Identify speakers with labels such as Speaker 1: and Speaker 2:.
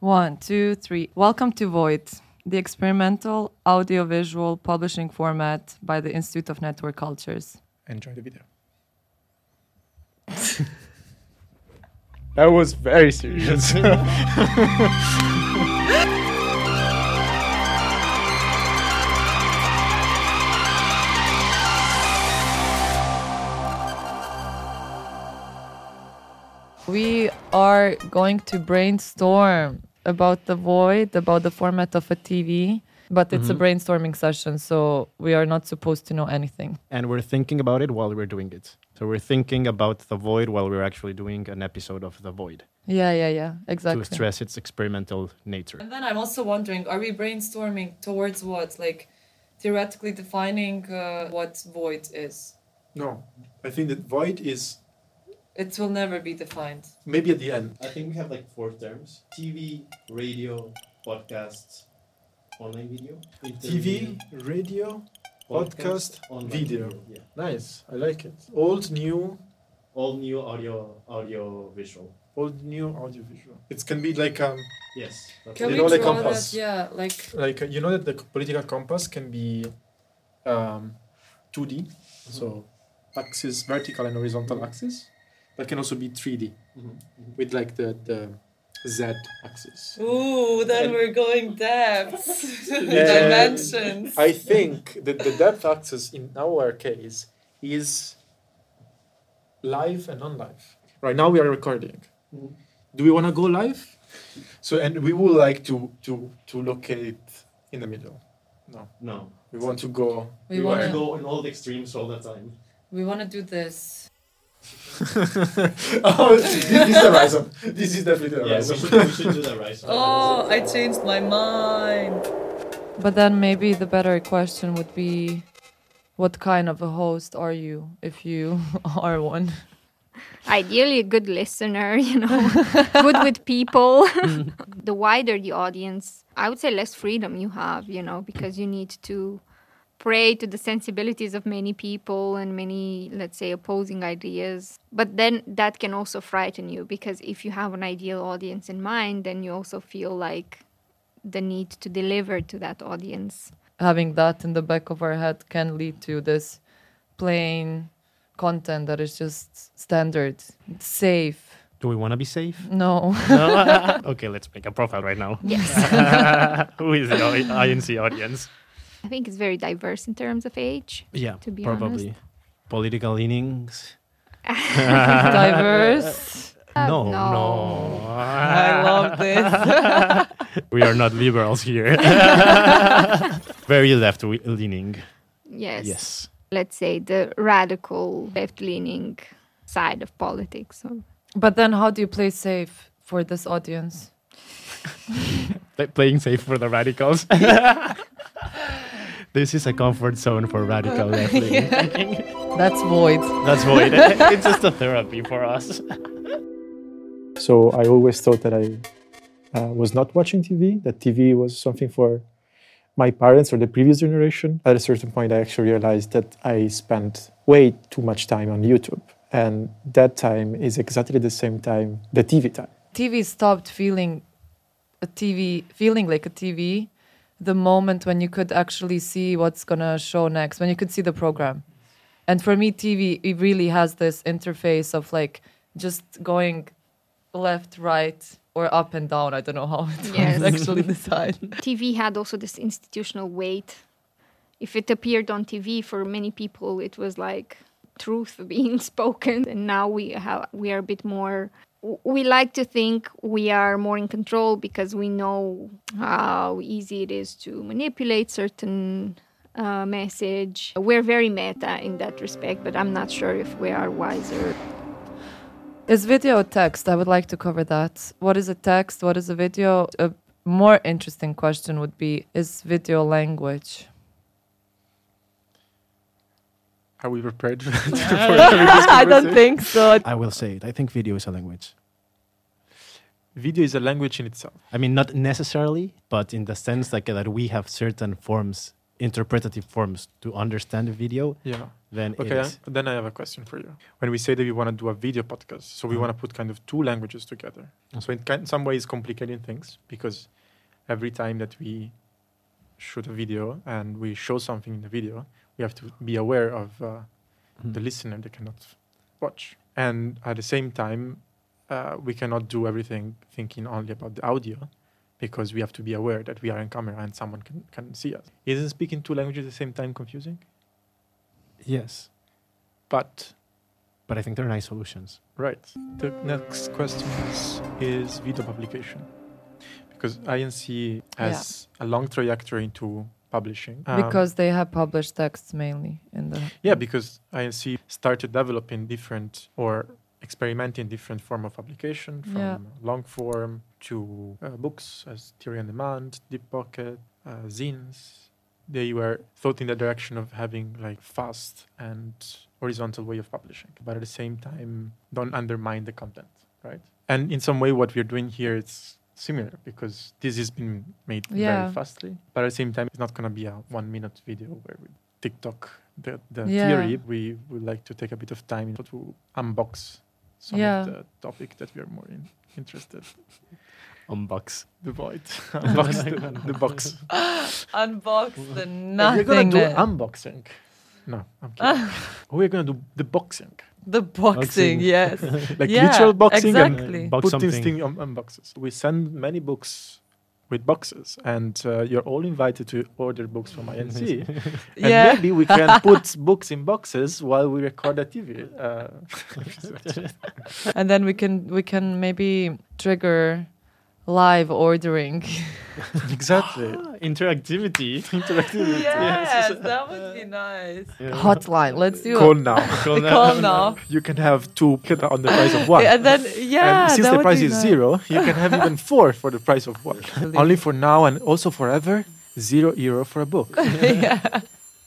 Speaker 1: One, two, three. Welcome to Void, the experimental audiovisual publishing format by the Institute of Network Cultures.
Speaker 2: Enjoy the video. that was very serious.
Speaker 1: We are going to brainstorm about the void, about the format of a TV, but it's a brainstorming session, so we are not supposed to know anything.
Speaker 3: and we're thinking about it while we're doing it. So we're thinking about the void while we're actually doing an episode of the void
Speaker 1: Yeah, yeah, yeah, exactly.
Speaker 3: to stress its experimental nature.
Speaker 1: And then I'm also wondering are we brainstorming towards what? Like theoretically defining uh, what void is?
Speaker 4: No, I think that void is
Speaker 1: It will never be defined.
Speaker 4: maybe at the end.
Speaker 5: I think we have like four terms: TV, radio, podcasts, online video.
Speaker 4: TV, radio, podcast,
Speaker 5: online
Speaker 4: video.
Speaker 5: Yeah.
Speaker 4: Nice, I like it. Old, new,
Speaker 5: All new audio, audio visual.
Speaker 4: old, new audiovisual. It can be like um,
Speaker 5: Yes. that's
Speaker 1: Can
Speaker 5: it.
Speaker 4: They
Speaker 1: we
Speaker 4: know
Speaker 1: draw
Speaker 4: the
Speaker 1: that?
Speaker 4: compass.
Speaker 1: Yeah, like
Speaker 4: like uh, you know that the political compass can be um, 2D, so axis, vertical and horizontal axis, but can also be 3D
Speaker 5: Mhm,
Speaker 4: with like the the Z axis.
Speaker 1: Ooh, then
Speaker 4: And-
Speaker 1: we're going depths,
Speaker 4: Yeah.
Speaker 1: dimensions.
Speaker 4: I think that the depth axis in our case is live and non-live. Right now we are recording.
Speaker 5: Mhm.
Speaker 4: Do we want to go live? So and we would like to to to locate in the middle.
Speaker 5: No.
Speaker 4: We want to go.
Speaker 1: We
Speaker 5: we
Speaker 1: wanna-
Speaker 5: to go in all the extremes all the time.
Speaker 1: we want to do this.
Speaker 4: oh, this is the horizon. This is definitely the
Speaker 5: Yeah, we
Speaker 4: horizon.
Speaker 5: should, we should do that right.
Speaker 1: Oh, I changed my mind. But then maybe the better question would be what kind of a host are you if you are one?
Speaker 6: Ideally, a good listener, you know, good with people. the wider the audience, I would say less freedom you have, you know, because you need to prey to the sensibilities of many people and many, let's say, opposing ideas. But then that can also frighten you because if you have an ideal audience in mind, then you also feel like the need to deliver to that audience.
Speaker 1: Having that in the back of our head can lead to this plain content that is just standard, safe.
Speaker 3: Do we want to be safe?
Speaker 1: No.
Speaker 3: No? okay, let's make a profile right now.
Speaker 6: Yes.
Speaker 3: Who is the I- INC audience?
Speaker 6: I think it's very diverse in terms of age.
Speaker 3: Yeah,
Speaker 6: To be
Speaker 3: probably. Political leanings?
Speaker 1: Diverse.
Speaker 3: no,
Speaker 6: Uh, no.
Speaker 1: I
Speaker 3: no.
Speaker 1: love this.
Speaker 3: we are not liberals here. Very left wi- leaning.
Speaker 6: Yes.
Speaker 3: Yes.
Speaker 6: let's say, the radical left leaning side of politics. Or
Speaker 1: but then how do you play safe for this audience?
Speaker 3: Pla- playing safe for the radicals. this is a comfort zone for radical left leaning thinking.
Speaker 1: That's void.
Speaker 3: That's void. it's just a therapy for us.
Speaker 7: So I always thought that I uh, was not watching TV, that TV was something for my parents or the previous generation. At a certain point, I actually realized that I spent way too much time on YouTube. And that time is exactly the same time, the TV time.
Speaker 1: TV stopped feeling a TV, feeling like a TV, the moment when you could actually see what's gonna show next, when you could see the program. And for me, TV it really has this interface of like just going left, right, or up and down. I don't know how it
Speaker 6: Yes.
Speaker 1: was actually decided.
Speaker 6: TV had also this institutional weight. If it appeared on TV for many people, it was like truth being spoken. And now we have we are a bit more. w- We like to think we are more in control because we know how easy it is to manipulate certain uh, message. We're very meta in that respect, but I'm not sure if we are wiser.
Speaker 1: Is video a text? I would like to cover that. What is a text? What is a video? A more interesting question would be is video language?
Speaker 4: Are we prepared?
Speaker 1: I don't think so.
Speaker 3: I will say it. I think video is a language.
Speaker 4: Video is a language in itself.
Speaker 3: I mean, not necessarily, but in the sense like that we have certain forms interpretative forms to understand the video,
Speaker 4: Yeah.
Speaker 3: then
Speaker 4: Okay.
Speaker 3: it's
Speaker 4: Then I have a question for you. When we say that we want to do a video podcast, so we want to put kind of two languages together. So in kind, some ways, complicating things because every time that we shoot a video and we show something in the video, we have to be aware of uh, the listener they cannot watch, and at the same time, uh, we cannot do everything thinking only about the audio. Because we have to be aware that we are in camera and someone can, can see us. Isn't speaking two languages at the same time confusing?
Speaker 3: yes.
Speaker 4: But
Speaker 3: But I think they're nice solutions.
Speaker 4: Right. The next question is, is video publication. Because INC has a long trajectory into publishing. Um,
Speaker 1: because they have published texts mainly in the
Speaker 4: yeah, because INC started developing different or experimenting different form of publication from
Speaker 1: Yeah.
Speaker 4: long form to uh, books as theory on demand, deep pocket, uh, zines. They were thought in the direction of having like fast and horizontal way of publishing, but at the same time don't undermine the content, right? And in some way, what we're doing here is similar because this has been made
Speaker 1: Yeah.
Speaker 4: very fastly, but at the same time, it's not going to be a one-minute video where we TikTok the, the
Speaker 1: Yeah.
Speaker 4: theory, we would like to take a bit of time to unbox some
Speaker 1: Yeah.
Speaker 4: of the topic that we are more in, interested.
Speaker 3: Unbox.
Speaker 4: The void, unbox the, the box.
Speaker 1: unbox the
Speaker 4: We're gonna do
Speaker 1: nothingness,
Speaker 4: unboxing. No, I'm
Speaker 1: Ah.
Speaker 4: kidding. We're gonna do the boxing,
Speaker 1: the boxing.
Speaker 3: Boxing.
Speaker 1: Yes,
Speaker 4: like
Speaker 1: Yeah,
Speaker 4: literal boxing and
Speaker 1: Exactly.
Speaker 3: Box
Speaker 4: put
Speaker 3: something.
Speaker 4: this thing on, on boxes. We send many books with boxes, and uh, you're all invited to order books from INC. And
Speaker 1: yeah.
Speaker 4: maybe we can put books in boxes while we record a TV. Uh,
Speaker 1: and then we can we can maybe trigger live ordering.
Speaker 4: exactly.
Speaker 3: Interactivity.
Speaker 1: yes, that would be nice. Hotline. Let's do
Speaker 4: Call
Speaker 1: a
Speaker 4: now.
Speaker 3: Call
Speaker 1: the
Speaker 3: now.
Speaker 1: call now.
Speaker 4: You can have two keta on the price of one.
Speaker 1: And then yeah,
Speaker 4: and since
Speaker 1: that
Speaker 4: the
Speaker 1: would
Speaker 4: price
Speaker 1: be
Speaker 4: is
Speaker 1: nice.
Speaker 4: zero, you can have even four for the price of one.
Speaker 1: Believe
Speaker 4: Only for now and also forever, zero euro for a book.
Speaker 1: yeah.